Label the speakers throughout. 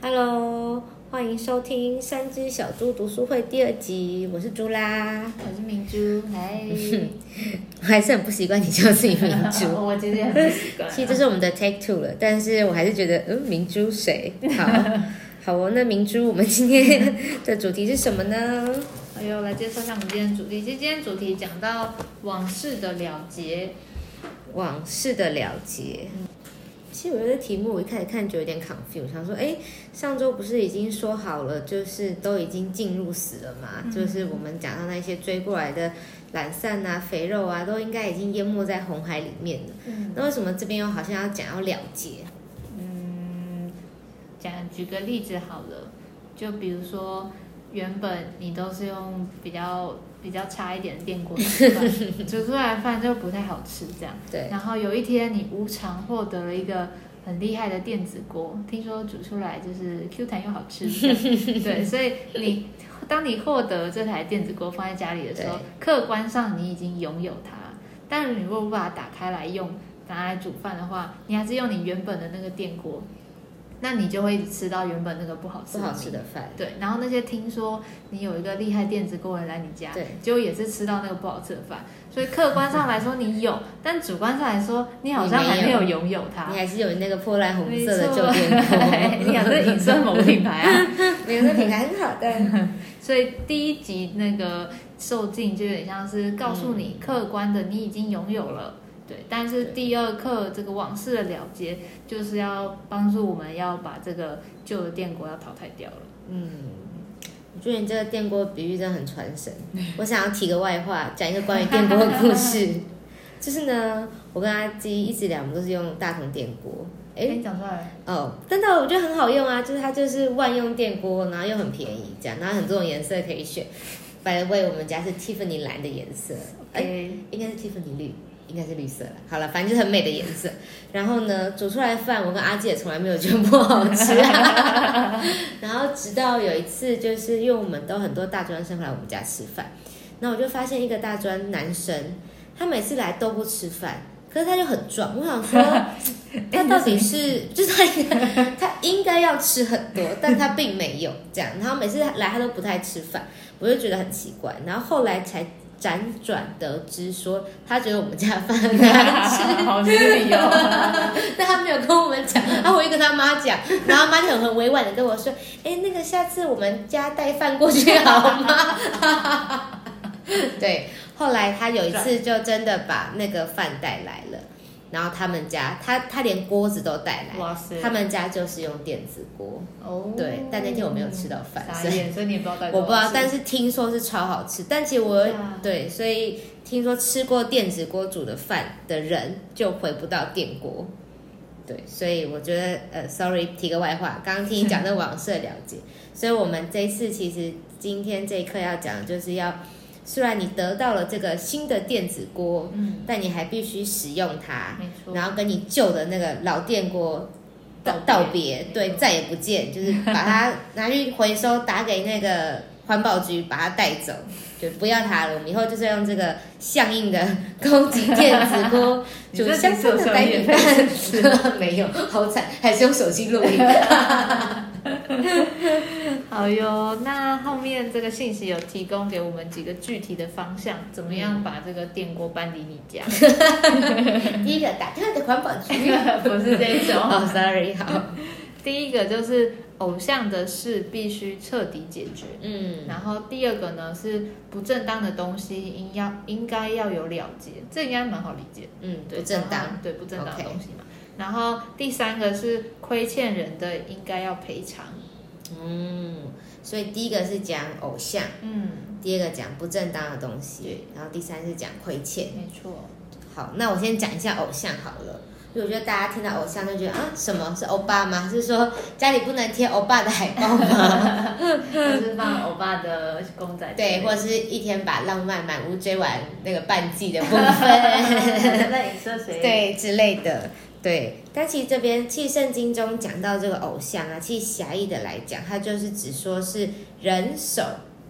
Speaker 1: Hello，欢迎收听《三只小猪读书会》第二集，我是猪啦。
Speaker 2: 我是明珠，哎，
Speaker 1: 我还是很不习惯你叫自己明 珠，
Speaker 2: 我其实也很不习惯啊。
Speaker 1: 其实这是我们的 take two 了，但是我还是觉得，嗯，明珠谁？好，好哦，那明珠，我们今天的主题是什么呢？
Speaker 2: 哎呦，来介绍一下我们今天的主题。其实今天主题讲到往事的了结，
Speaker 1: 往事的了结。其实我觉得题目我一开始看就有点 confused，想说，哎，上周不是已经说好了，就是都已经进入死了嘛？
Speaker 2: 嗯
Speaker 1: 就是我们讲到那些追过来的懒散啊、肥肉啊，都应该已经淹没在红海里面了。
Speaker 2: 嗯
Speaker 1: 那为什么这边又好像要讲要了结？
Speaker 2: 嗯，讲举个例子好了，就比如说原本你都是用比较比较差一点的电锅煮饭，煮出来的饭就不太好吃这样。
Speaker 1: 对，
Speaker 2: 然后有一天你无偿获得了一个很厉害的电子锅，听说煮出来就是 Q 弹又好吃， 这样对，所以你当你获得这台电子锅放在家里的时候，客观上你已经拥有它，但是你如果无法打开来用，拿来煮饭的话，你还是用你原本的那个电锅，那你就会一直吃到原本那个不好吃
Speaker 1: 不
Speaker 2: 的
Speaker 1: 好
Speaker 2: 米
Speaker 1: 吃的饭，
Speaker 2: 对，然后那些听说你有一个厉害电子锅人来你家，
Speaker 1: 对，
Speaker 2: 结果也是吃到那个不好吃的饭，所以客观上来说你 有，但主观上来说你好像还没有拥有它
Speaker 1: 你。 还是有那个破烂红色的
Speaker 2: 没错
Speaker 1: 旧电
Speaker 2: 对
Speaker 1: 锅，
Speaker 2: 你好像影射某品牌 啊。
Speaker 1: 没有，那品牌很好的。
Speaker 2: 所以第一集那个受尽就有点像是告诉你客观的你已经拥有了。嗯对，但是
Speaker 1: 对
Speaker 2: 第二课这个往事的了结，就是要帮助我们要把这个旧的电锅要淘汰掉了。
Speaker 1: 嗯，我觉得你这个电锅比喻真的很传神。我想要提个外话，讲一个关于电锅的故事。 就是呢，我跟阿基一直以来我们都是用大同电锅。哎、
Speaker 2: 诶，讲出来，
Speaker 1: 哦，但到我觉得很好用啊，就是它就是万用电锅，然后又很便宜，这样，然后很多种颜色可以选。by the way，我们家是 Tiffany 蓝的颜色，哎、
Speaker 2: 诶，
Speaker 1: 应该是蒂芬尼绿，应该是绿色了。好了，反正就是很美的颜色。然后呢，煮出来的饭，我跟阿姐从来没有觉得不好吃、啊。然后直到有一次，就是因为我们都很多大专生来我们家吃饭，那我就发现一个大专男生，他每次来都不吃饭。可是他就很壮，我想说，他到底是就是他应该他应该要吃很多，但他并没有这样。然后每次来他都不太吃饭，我就觉得很奇怪。然后后来才辗转得知说，他觉得我们家饭很难吃，
Speaker 2: 好失礼哦。
Speaker 1: 但他没有跟我们讲，啊，我就跟他妈讲，然后他妈就很委婉的跟我说，哎、那个下次我们家带饭过去好吗？ 对，后来他有一次就真的把那个饭带来了，然后他们家他他连锅子都带来，
Speaker 2: 哇塞，
Speaker 1: 他们家就是用电子锅，
Speaker 2: 哦，
Speaker 1: 对，但那天我没有吃到饭，
Speaker 2: 傻
Speaker 1: 所以
Speaker 2: 眼，所以你也不知道在
Speaker 1: 我不知道，但是听说是超好吃，但其实我
Speaker 2: 对啊
Speaker 1: 对，所以听说吃过电子锅煮的饭的人就回不到电锅。对，所以我觉得呃，sorry，提个外话，刚刚听你讲的往事的了 解，所以我们这一次其实今天这一课要讲的就是要，虽然你得到了这个新的电子锅，
Speaker 2: 嗯，
Speaker 1: 但你还必须使用它，
Speaker 2: 没错，
Speaker 1: 然后跟你旧的那个老电锅道道
Speaker 2: 道别
Speaker 1: 别，
Speaker 2: 没
Speaker 1: 对，
Speaker 2: 错
Speaker 1: 再也不见，就是把它拿去回收，打给那个环保局，把它带 走，就不要它了。我们以后就是要用这个相应的高级电子锅
Speaker 2: 你
Speaker 1: 煮
Speaker 2: 这
Speaker 1: 香
Speaker 2: 只是有
Speaker 1: 香的
Speaker 2: 收
Speaker 1: 白
Speaker 2: 敛
Speaker 1: 米饭， 没有，好惨，还是用手机 录音。
Speaker 2: 好哟。那后面这个信息有提供给我们几个具体的方向，怎么
Speaker 1: 嗯
Speaker 2: 样把这个电锅搬离你 家？
Speaker 1: 第一个打电话给环保 局。
Speaker 2: 不是这种，
Speaker 1: 哦、s o r r y 好，
Speaker 2: 第一个就是偶像的事必须彻底解决。
Speaker 1: 嗯，
Speaker 2: 然后第二个呢是不正当的东西应要应该要有了结，这应该蛮好理解的。
Speaker 1: 嗯，
Speaker 2: 对
Speaker 1: 不正
Speaker 2: 然后
Speaker 1: 当，
Speaker 2: 对不正当
Speaker 1: OK
Speaker 2: 的东西嘛。然后第三个是亏欠人的应该要赔偿，
Speaker 1: 嗯，所以第一个是讲偶像。
Speaker 2: 嗯，
Speaker 1: 第二个讲不正当的东西，然后第三是讲亏欠。
Speaker 2: 没错，
Speaker 1: 好，那我先讲一下偶像好了，因为我觉得大家听到偶像就觉得啊，什么是欧巴吗？是说家里不能贴欧巴的海报 吗？
Speaker 2: 就是放欧巴的公仔
Speaker 1: 对， 或者是一天把浪漫满屋追完那个半季的部分，
Speaker 2: 在影射谁，
Speaker 1: 对之类的。对，但其实这边其实圣经中讲到这个偶像啊，其实狭义的来讲，它就是只说是人手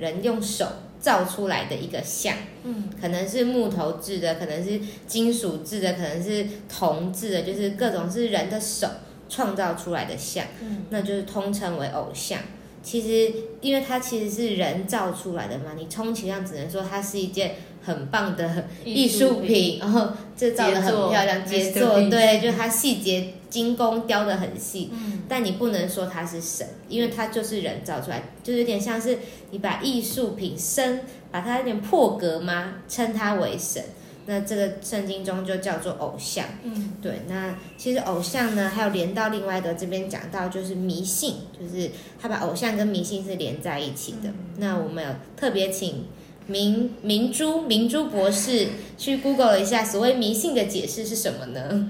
Speaker 1: 人用手造出来的一个像。
Speaker 2: 嗯，
Speaker 1: 可能是木头制的，可能是金属制的，可能是铜制的，就是各种是人的手创造出来的像，
Speaker 2: 嗯
Speaker 1: 那就是通称为偶像。其实，因为它其实是人造出来的嘛，你充其量只能说它是一件很棒的艺术品，然后这造的很漂亮，
Speaker 2: 杰
Speaker 1: 杰
Speaker 2: 作
Speaker 1: 作
Speaker 2: masterpiece
Speaker 1: 对，就它细节精工雕的很细，
Speaker 2: 嗯，
Speaker 1: 但你不能说它是神，因为它就是人造出来，就有点像是你把艺术品生，把它有点破格嘛，称它为神。那这个圣经中就叫做偶像。
Speaker 2: 嗯，
Speaker 1: 对，那其实偶像呢，还有连到另外一个这边讲到，就是迷信，就是他把偶像跟迷信是连在一起的。那我们有特别请明明珠明珠博士去 Google 了一下，所谓迷信的解释是什么呢？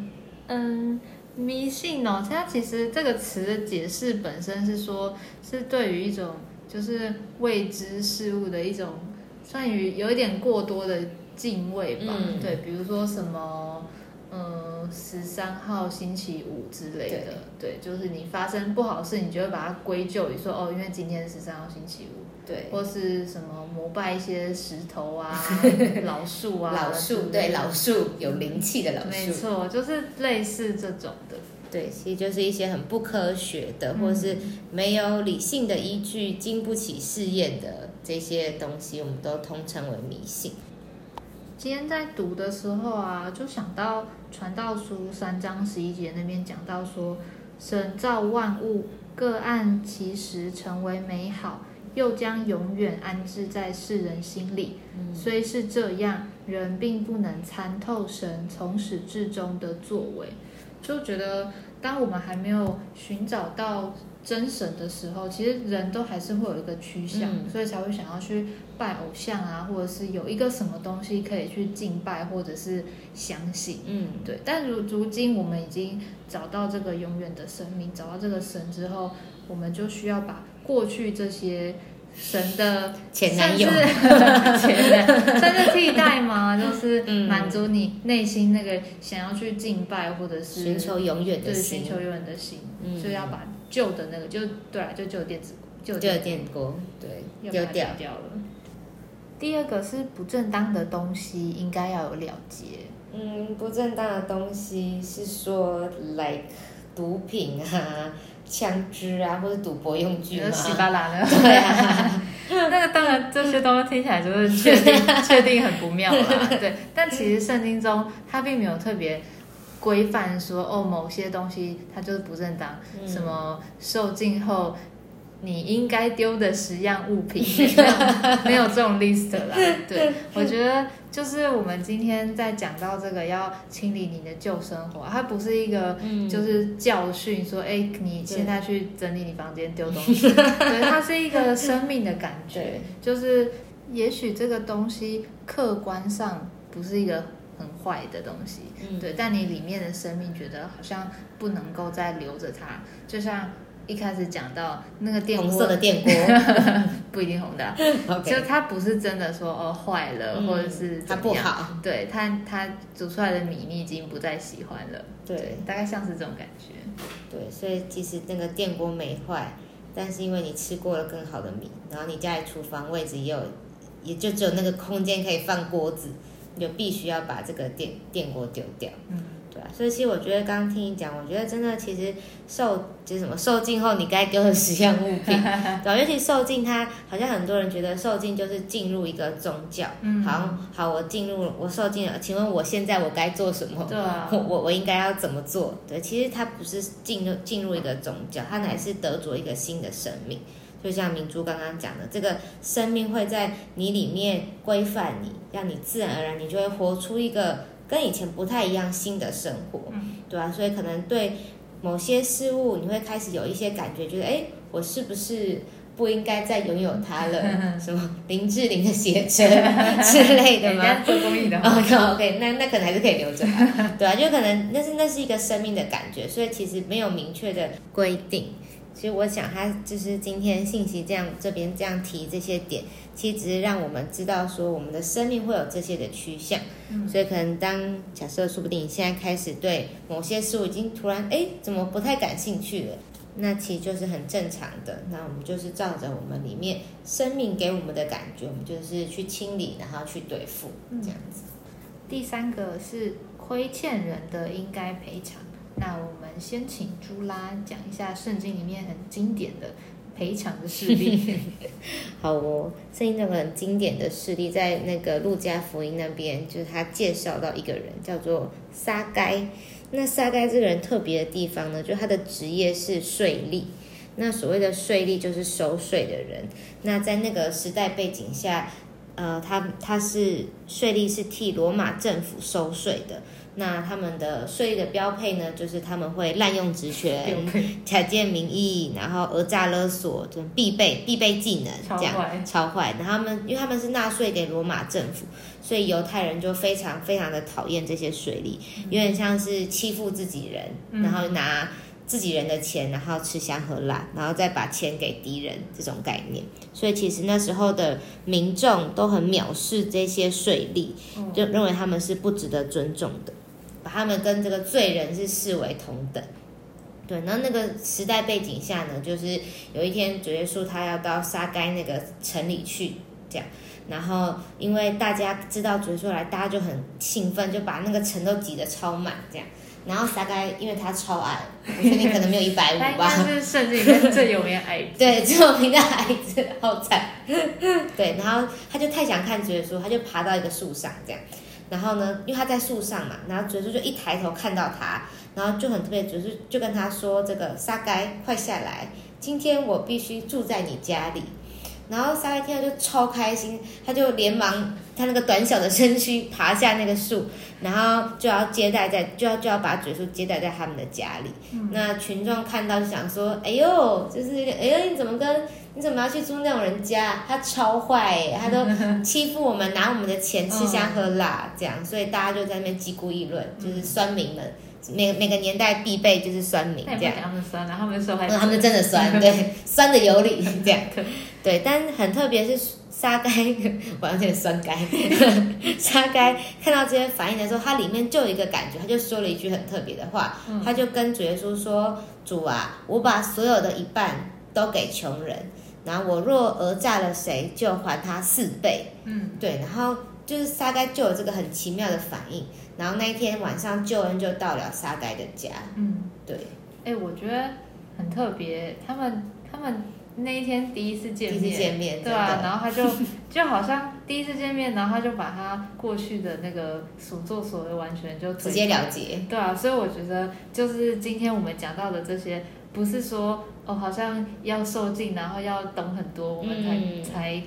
Speaker 2: 嗯，迷信哦，它其实这个词的解释本身是说，是对于一种就是未知事物的一种，算于有一点过多的敬畏吧。
Speaker 1: 嗯
Speaker 2: 对，比如说什么。嗯，十三号星期五之类的，对，就是你发生不好事，你就会把它归咎于说，哦，因为今天是十三号星期五，
Speaker 1: 对
Speaker 2: 或是什么膜拜一些石头 啊、老树啊、
Speaker 1: 老树，
Speaker 2: 之类
Speaker 1: 对
Speaker 2: 的
Speaker 1: 老树有灵气的老
Speaker 2: 没
Speaker 1: 树，
Speaker 2: 错，就是类似这种的，
Speaker 1: 对，其实就是一些很不科学的，或是没有理性的依据、经不起试验的这些东西，我们都通称为迷信。
Speaker 2: 今天在读的时候啊，就想到《传道书》三章十一节那边讲到说，神造万物，各按其时成为美好，又将永远安置在世人心里。
Speaker 1: 嗯
Speaker 2: 虽是这样，人并不能参透神从始至终的作为。就觉得，当我们还没有寻找到真神的时候，其实人都还是会有一个趋向，
Speaker 1: 嗯
Speaker 2: 所以才会想要去拜偶像啊，或者是有一个什么东西可以去敬拜，或者是相信。
Speaker 1: 嗯，
Speaker 2: 对，但如如今我们已经找到这个永远的神明，找到这个神之后，我们就需要把过去这些神的
Speaker 1: 前男友
Speaker 2: 甚， 至前男算是替 代吗？就是
Speaker 1: 嗯
Speaker 2: 满足你内心那个想要去敬拜或者是
Speaker 1: 寻求永远
Speaker 2: 对
Speaker 1: 的
Speaker 2: 寻
Speaker 1: 心，
Speaker 2: 求永远的心，
Speaker 1: 嗯
Speaker 2: 就要把旧的那个就对啊，就旧电子旧
Speaker 1: 就
Speaker 2: 电
Speaker 1: 有
Speaker 2: 子
Speaker 1: 电锅，对，
Speaker 2: 要
Speaker 1: 丢
Speaker 2: 把它
Speaker 1: 掉
Speaker 2: 丢，掉了。第二个是不正当的东西，应该要有了结。
Speaker 1: 嗯，不正当的东西是说，like 毒品啊、枪支啊，或者赌博用具
Speaker 2: 就
Speaker 1: 吗？
Speaker 2: 呃是稀巴烂的。
Speaker 1: 对啊，
Speaker 2: 那个当然，这些东西听起来就是确定确定很不妙啦。对，但其实圣经中它并没有特别规范说哦某些东西它就是不正当，
Speaker 1: 嗯
Speaker 2: 什么受尽后你应该丢的十样物品，没有没有这种 list 啦。对，我觉得就是我们今天在讲到这个要清理你的旧生活，它不是一个
Speaker 1: 嗯
Speaker 2: 就是教训说，哎、你现在去整理你房间丢 东西，对，它是一个生命的感觉
Speaker 1: 对，
Speaker 2: 就是也许这个东西客观上不是一个很坏的东西，
Speaker 1: 嗯
Speaker 2: 对，但你里面的生命觉得好像不能够再留着它，就像一开始讲到那个电
Speaker 1: 红
Speaker 2: 锅
Speaker 1: 色的电锅
Speaker 2: 不一定红的啊，就
Speaker 1: ，OK，
Speaker 2: 它不是真的说哦坏了，
Speaker 1: 嗯
Speaker 2: 或者是
Speaker 1: 它
Speaker 2: 怎
Speaker 1: 不
Speaker 2: 么样，
Speaker 1: 好，
Speaker 2: 对它它煮出来的米你已经不再喜欢了，
Speaker 1: 对
Speaker 2: 大概像是这种感觉。
Speaker 1: 对，所以其实那个电锅没坏，但是因为你吃过了更好的米，然后你家里厨房位置也有，也就只有那个空间可以放锅子，你就必须要把这个电电锅丢掉。
Speaker 2: 嗯，
Speaker 1: 对啊，所以其实我觉得刚刚听你讲，我觉得真的其实受就是什么受尽后你该丢的十样物品，对、啊，尤其受尽它好像很多人觉得受尽就是进入一个宗教，
Speaker 2: 嗯
Speaker 1: 好像好我进入了我受尽了，请问我现在我该做什么？
Speaker 2: 对啊
Speaker 1: 我，我我应该要怎么做？对，其实它不是进入进入一个宗教，它乃是得着一个新的生命。就像明珠刚刚讲的，这个生命会在你里面规范你，让你自然而然你就会活出一个跟以前不太一样新的生活，
Speaker 2: 嗯
Speaker 1: 对啊，所以可能对某些事物你会开始有一些感觉，觉得哎，诶我是不是不应该再拥有它 了？什么林志玲的写真之类的
Speaker 2: 人
Speaker 1: 吗？
Speaker 2: 家做公益的 话，
Speaker 1: OK OK，那那可能还是可以留着 吧，对啊，就可能但是那是一个生命的感觉，所以其实没有明确的规定。其实我想他就是今天信息这样这边这样提这些点，其实只是让我们知道说我们的生命会有这些的趋向，
Speaker 2: 嗯
Speaker 1: 所以可能当假设说不定你现在开始对某些事物已经突然哎怎么不太感兴趣了。那其实就是很正常的，那我们就是照着我们里面生命给我们的感觉，我们就是去清理，然后去对
Speaker 2: 嗯
Speaker 1: 付这样子。
Speaker 2: 第三个是亏欠人的应该赔偿。那我们先请朱拉讲一下圣经里面很经典的赔偿的事例。
Speaker 1: 好哦，圣经中有个很经典的事例，在那个路加福音那边，就是他介绍到一个人叫做撒该。那撒该这个人特别的地方呢，就他的职业是税吏。那所谓的税吏就是收税的人。那在那个时代背景下，呃，他他是税吏是替罗马政府收税的。那他们的税吏的标配呢，就是他们会滥用职权，假借名义，然后讹诈勒索，这必备必备技能，
Speaker 2: 超
Speaker 1: 这样
Speaker 2: 坏
Speaker 1: 超坏。然后他们因为他们是纳税给罗马政府，所以犹太人就非常非常的讨厌这些水利，有点像是欺负自己人，
Speaker 2: 嗯
Speaker 1: 然后拿自己人的钱，然后吃香喝辣，然后再把钱给敌人这种概念。所以其实那时候的民众都很藐视这些水利，
Speaker 2: 嗯
Speaker 1: 就认为他们是不值得尊重的，把他们跟这个罪人是视为同等。对，那那个时代背景下呢，就是有一天主耶稣他要到撒该那个城里去，这样，然后因为大家知道主耶稣来，大家就很兴奋，就把那个城都挤得超满这样。然后撒该因为他超矮，我觉得你可能没有一百
Speaker 2: 他
Speaker 1: 五
Speaker 2: 应
Speaker 1: 吧
Speaker 2: 该，是圣经里面最有名的 矮子。
Speaker 1: 对，只有凭那孩子好惨。 对，然后他就太想看主耶稣，他就爬到一个树上这样。然后呢，因为他在树上嘛，然后主耶稣就一抬头看到他，然后就很特别，主耶稣就跟他说：“这个撒该，快下来，今天我必须住在你家里。”然后撒该听到就超开心，他就连忙他那个短小的身躯爬下那个树，然后就要接待在就要就要把主耶稣接待在他们的家里。那群众看到就想说：“哎呦，就是有点哎呦，你怎么跟你怎么要去住那种人家？他超坏耶、他都欺负我们，拿我们的钱吃香喝辣，这样。”所以大家就在那边叽咕议论，就是酸民们，每每个年代必备就是酸民
Speaker 2: 那也
Speaker 1: 这
Speaker 2: 不能
Speaker 1: 样。
Speaker 2: 讲他们酸了，他们受害
Speaker 1: 嗯，
Speaker 2: 者。
Speaker 1: 他们真的酸， 对，酸的有理这样
Speaker 2: 对。
Speaker 1: 对，但很特别是沙该，我有点酸 该。沙该看到这些反应的时候，他里面就有一个感觉，他就说了一句很特别的话，
Speaker 2: 嗯
Speaker 1: 他就跟主耶稣说：“主啊，我把所有的一半都给穷人，然后我若讹诈了谁，就还他四倍。”
Speaker 2: 嗯，
Speaker 1: 对，然后就是沙该就有这个很奇妙的反应，然后那一天晚上救恩就到了沙该的家，
Speaker 2: 嗯。
Speaker 1: 对，
Speaker 2: 哎、我觉得很特别，他们他们那一天第一次
Speaker 1: 第
Speaker 2: 见
Speaker 1: 一
Speaker 2: 面，
Speaker 1: 次见面，
Speaker 2: 对
Speaker 1: 真
Speaker 2: 啊
Speaker 1: 的，
Speaker 2: 然后他就 就好像第一次见面，然后他就把他过去的那个所作所为完全就
Speaker 1: 直
Speaker 2: 推
Speaker 1: 接了结。
Speaker 2: 对啊，所以我觉得就是今天我们讲到的这些，不是说哦好像要受尽，然后要懂很多，我们才、
Speaker 1: 嗯
Speaker 2: 才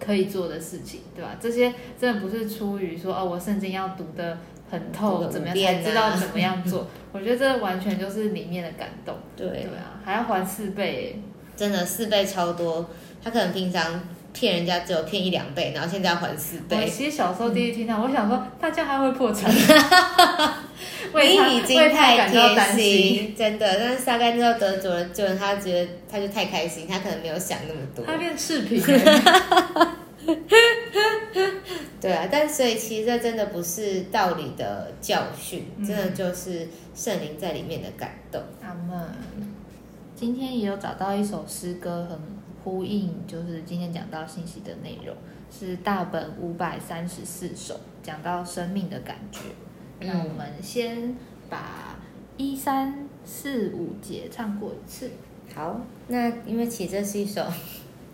Speaker 2: 可以做的事情，对吧？这些真的不是出于说哦我圣经要读的很
Speaker 1: 读
Speaker 2: 透，
Speaker 1: 得
Speaker 2: 怎么样
Speaker 1: 五遍
Speaker 2: 才
Speaker 1: 啊
Speaker 2: 知道怎么 样做，我觉得这完全就是里面的感动。
Speaker 1: 对，
Speaker 2: 对啊，还要还四倍耶，
Speaker 1: 真的四倍超多。他可能平常骗人家只有骗一两倍，然后现在要还四
Speaker 2: 我
Speaker 1: 倍。
Speaker 2: 其实小时候第一次听到，我想说大家还会破产， 为他
Speaker 1: 你已经
Speaker 2: 为他
Speaker 1: 太
Speaker 2: 感到担
Speaker 1: 贴
Speaker 2: 心。
Speaker 1: 心，真的。但是沙盖之后得主人救了他，觉得他就太开心，他可能没有想那么多。
Speaker 2: 他变赤贫 了，
Speaker 1: 对啊，但所以其实这真的不是道理的教训，
Speaker 2: 嗯
Speaker 1: 真的就是圣灵在里面的感动。
Speaker 2: 阿们。今天也有找到一首诗歌，很呼应就是今天讲到信息的内容，是大本五百三十四首，讲到生命的感觉。那我
Speaker 1: 嗯，
Speaker 2: 们先把一三四五节唱过一次，
Speaker 1: 好，那因为其实这是一首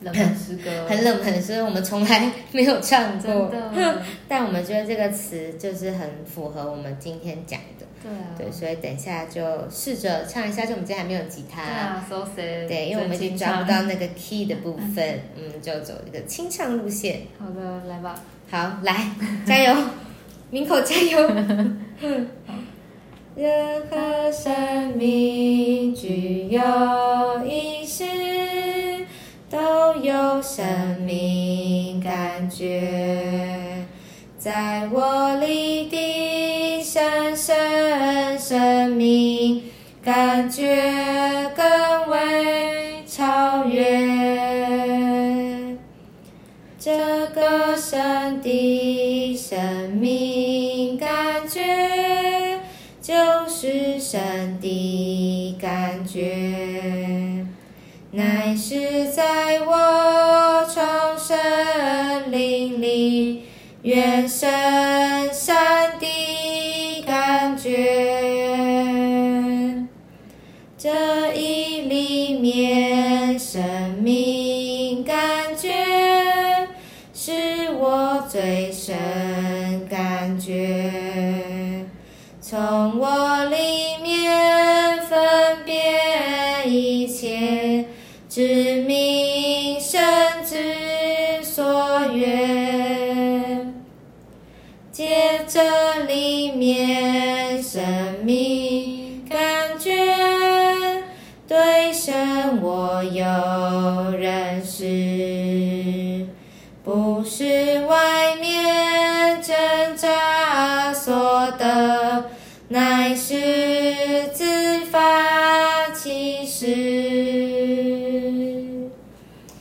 Speaker 2: 冷门诗 歌，
Speaker 1: 很冷门，所以我们从来没有唱过
Speaker 2: 真。的，
Speaker 1: 但我们觉得这个词就是很符合我们今天讲的，
Speaker 2: 对啊，
Speaker 1: 对，所以等一下就试着唱一下，就我们今天还没有吉
Speaker 2: 对
Speaker 1: 他，
Speaker 2: 啊，so sad。
Speaker 1: 对，因为我们已嗯经抓不到那个 key 的部分，嗯，就走一个清唱路线。
Speaker 2: 好的，来吧。
Speaker 1: 好，来，加 油，明口加油。 任何生命具有意识，都有生命感觉，在我里的神圣生命感觉更为超越。这个神的生命感觉，就是神的感觉，乃是在我重生灵里原生山的感觉。一切，知命生之所愿。借这里面生命感觉，对生我有认识，不是外面挣扎所得，乃是自发其实。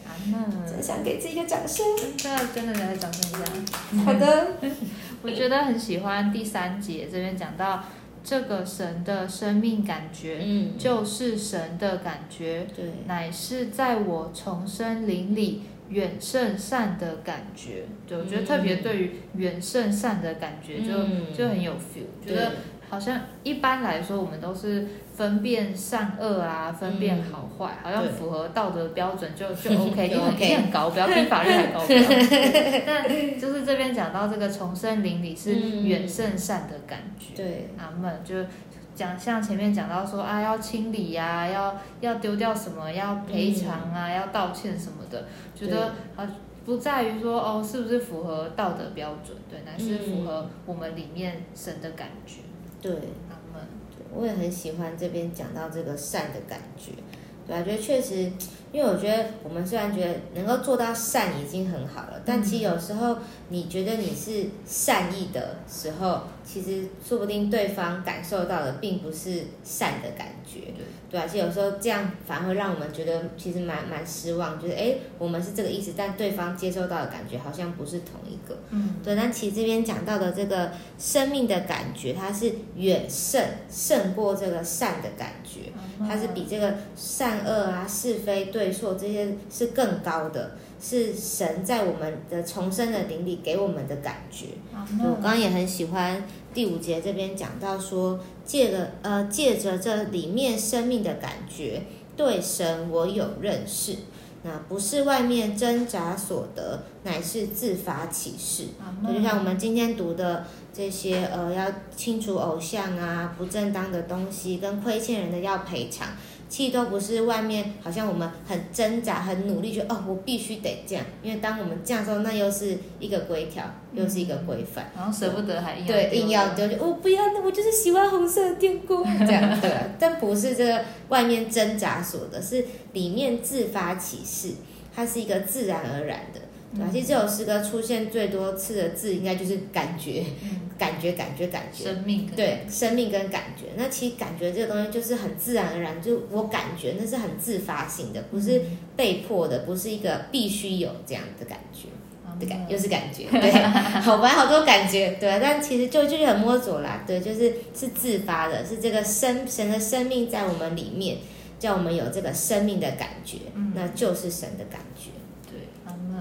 Speaker 2: 阿门。
Speaker 1: 真想给自己一个掌声。
Speaker 2: 真的真的来掌声一下。
Speaker 1: 好的，
Speaker 2: 我觉得很喜欢第三节这边讲到这个神的生命感觉，
Speaker 1: 嗯，
Speaker 2: 就是神的感觉，
Speaker 1: 对，
Speaker 2: 乃是在我重生灵里远胜善的感觉。对，我觉得特别对于远胜善的感觉就、
Speaker 1: 嗯
Speaker 2: 就很有 feel，觉
Speaker 1: 对
Speaker 2: 得好像一般来说我们都是分辨善恶啊，分辨好坏，好像
Speaker 1: 对
Speaker 2: 符合道德标准就 就 OK，
Speaker 1: 就
Speaker 2: 你很
Speaker 1: OK
Speaker 2: 你很高标，比法律还高标。对但就是这边讲到这个重生灵里是
Speaker 1: 嗯
Speaker 2: 远胜善的感觉，
Speaker 1: 对，
Speaker 2: 阿门就。讲像前面讲到说啊，要清理呀、要要丢掉什么，要赔偿啊，
Speaker 1: 嗯
Speaker 2: 要道歉什么的，觉得啊，不在于说哦是不是符合道德标准，对，乃是
Speaker 1: 嗯
Speaker 2: 符合我们里面神的感觉。
Speaker 1: 对。
Speaker 2: 阿门。
Speaker 1: 我也很喜欢这边讲到这个善的感觉，对啊，觉得确实，因为我觉得我们虽然觉得能够做到善已经很好了，但其实有时候你觉得你是善意的时候，其实说不定对方感受到的并不是善的感觉，
Speaker 2: 对
Speaker 1: 对啊，其实有时候这样反而会让我们觉得其实蛮蛮失望，就是诶，我们是这个意思，但对方接收到的感觉好像不是同一个。
Speaker 2: 嗯，
Speaker 1: 对，但其实这边讲到的这个生命的感觉，它是远胜胜过这个善的感觉，
Speaker 2: 嗯
Speaker 1: 它是比这个善恶啊、是非对错这些是更高的，是神在我们的重生的灵里给我们的感觉。
Speaker 2: 阿
Speaker 1: 对我刚
Speaker 2: 门。
Speaker 1: 刚也很喜欢第五节这边讲到说，借着呃借着这里面生命的感觉，对神我有认识，那不是外面挣扎所得，乃是自发启示。
Speaker 2: 阿
Speaker 1: 就
Speaker 2: 门。
Speaker 1: 像我们今天读的这些，呃，要清除偶像啊、不正当的东西，跟亏欠人的要赔偿，其实都不是外面好像我们很挣扎、很努力，觉得哦，我必须得这样。因为当我们这样的时候，那又是一个规条，又是一个规范。
Speaker 2: 然后舍不得还硬
Speaker 1: 对，
Speaker 2: 丢
Speaker 1: 硬要丢就我不要，那我就是喜欢红色的电锅这 样对啊，但不是这个外面挣扎所的，是里面自发起誓，它是一个自然而然的。对吧、
Speaker 2: 嗯
Speaker 1: 其实这首诗歌出现最多次的字，应该就是感觉，
Speaker 2: 嗯
Speaker 1: 感觉，感觉，感觉。
Speaker 2: 生命跟
Speaker 1: 对，生命跟感觉，那其实感觉这个东西就是很自然而然，就我感觉那是很自发性的，不是
Speaker 2: 嗯
Speaker 1: 被迫的，不是一个必须有这样的感觉。
Speaker 2: 阿
Speaker 1: 的感，
Speaker 2: 门
Speaker 1: 又是感觉，对， 好玩，好多感觉，对啊，但其实就就是很摸索啦，对，就是是自发的，是这个生神的生命在我们里面，叫我们有这个生命的感觉，
Speaker 2: 嗯
Speaker 1: 那就是神的感觉，
Speaker 2: 对，阿门。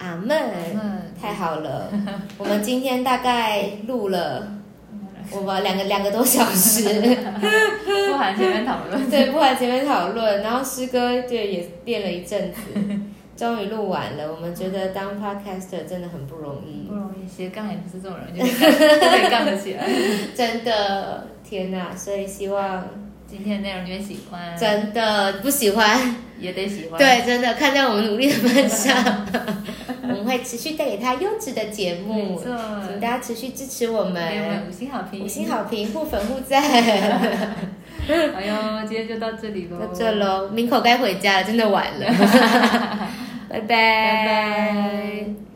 Speaker 1: 阿
Speaker 2: 阿
Speaker 1: 门，
Speaker 2: 门。
Speaker 1: 太好了，我们今天大概录 了我们两个两个多小时，
Speaker 2: 不含前面讨论。
Speaker 1: 对，不管前面讨论，然后诗歌对也练了一阵子，终于录完了，我们觉得当 podcaster 真的很不容易
Speaker 2: 不。容易，斜杠也不是这种人就可以杠就可以杠得 起来。
Speaker 1: 真的，天哪！所以希望
Speaker 2: 今天的内容你们喜欢，
Speaker 1: 真的不喜欢，
Speaker 2: 也得喜欢。，
Speaker 1: 对，真的看在我们努力的份 上，我们会持续带给他优质的节
Speaker 2: 没
Speaker 1: 目
Speaker 2: 错，，
Speaker 1: 请大家持续支持我
Speaker 2: 给我
Speaker 1: 们，
Speaker 2: 们五星好评，
Speaker 1: 五星。好评，互粉互 赞。
Speaker 2: 哎呦，今天就到这里喽，
Speaker 1: 到这， 喽，明口该回家了，真的晚了，拜拜
Speaker 2: 拜拜。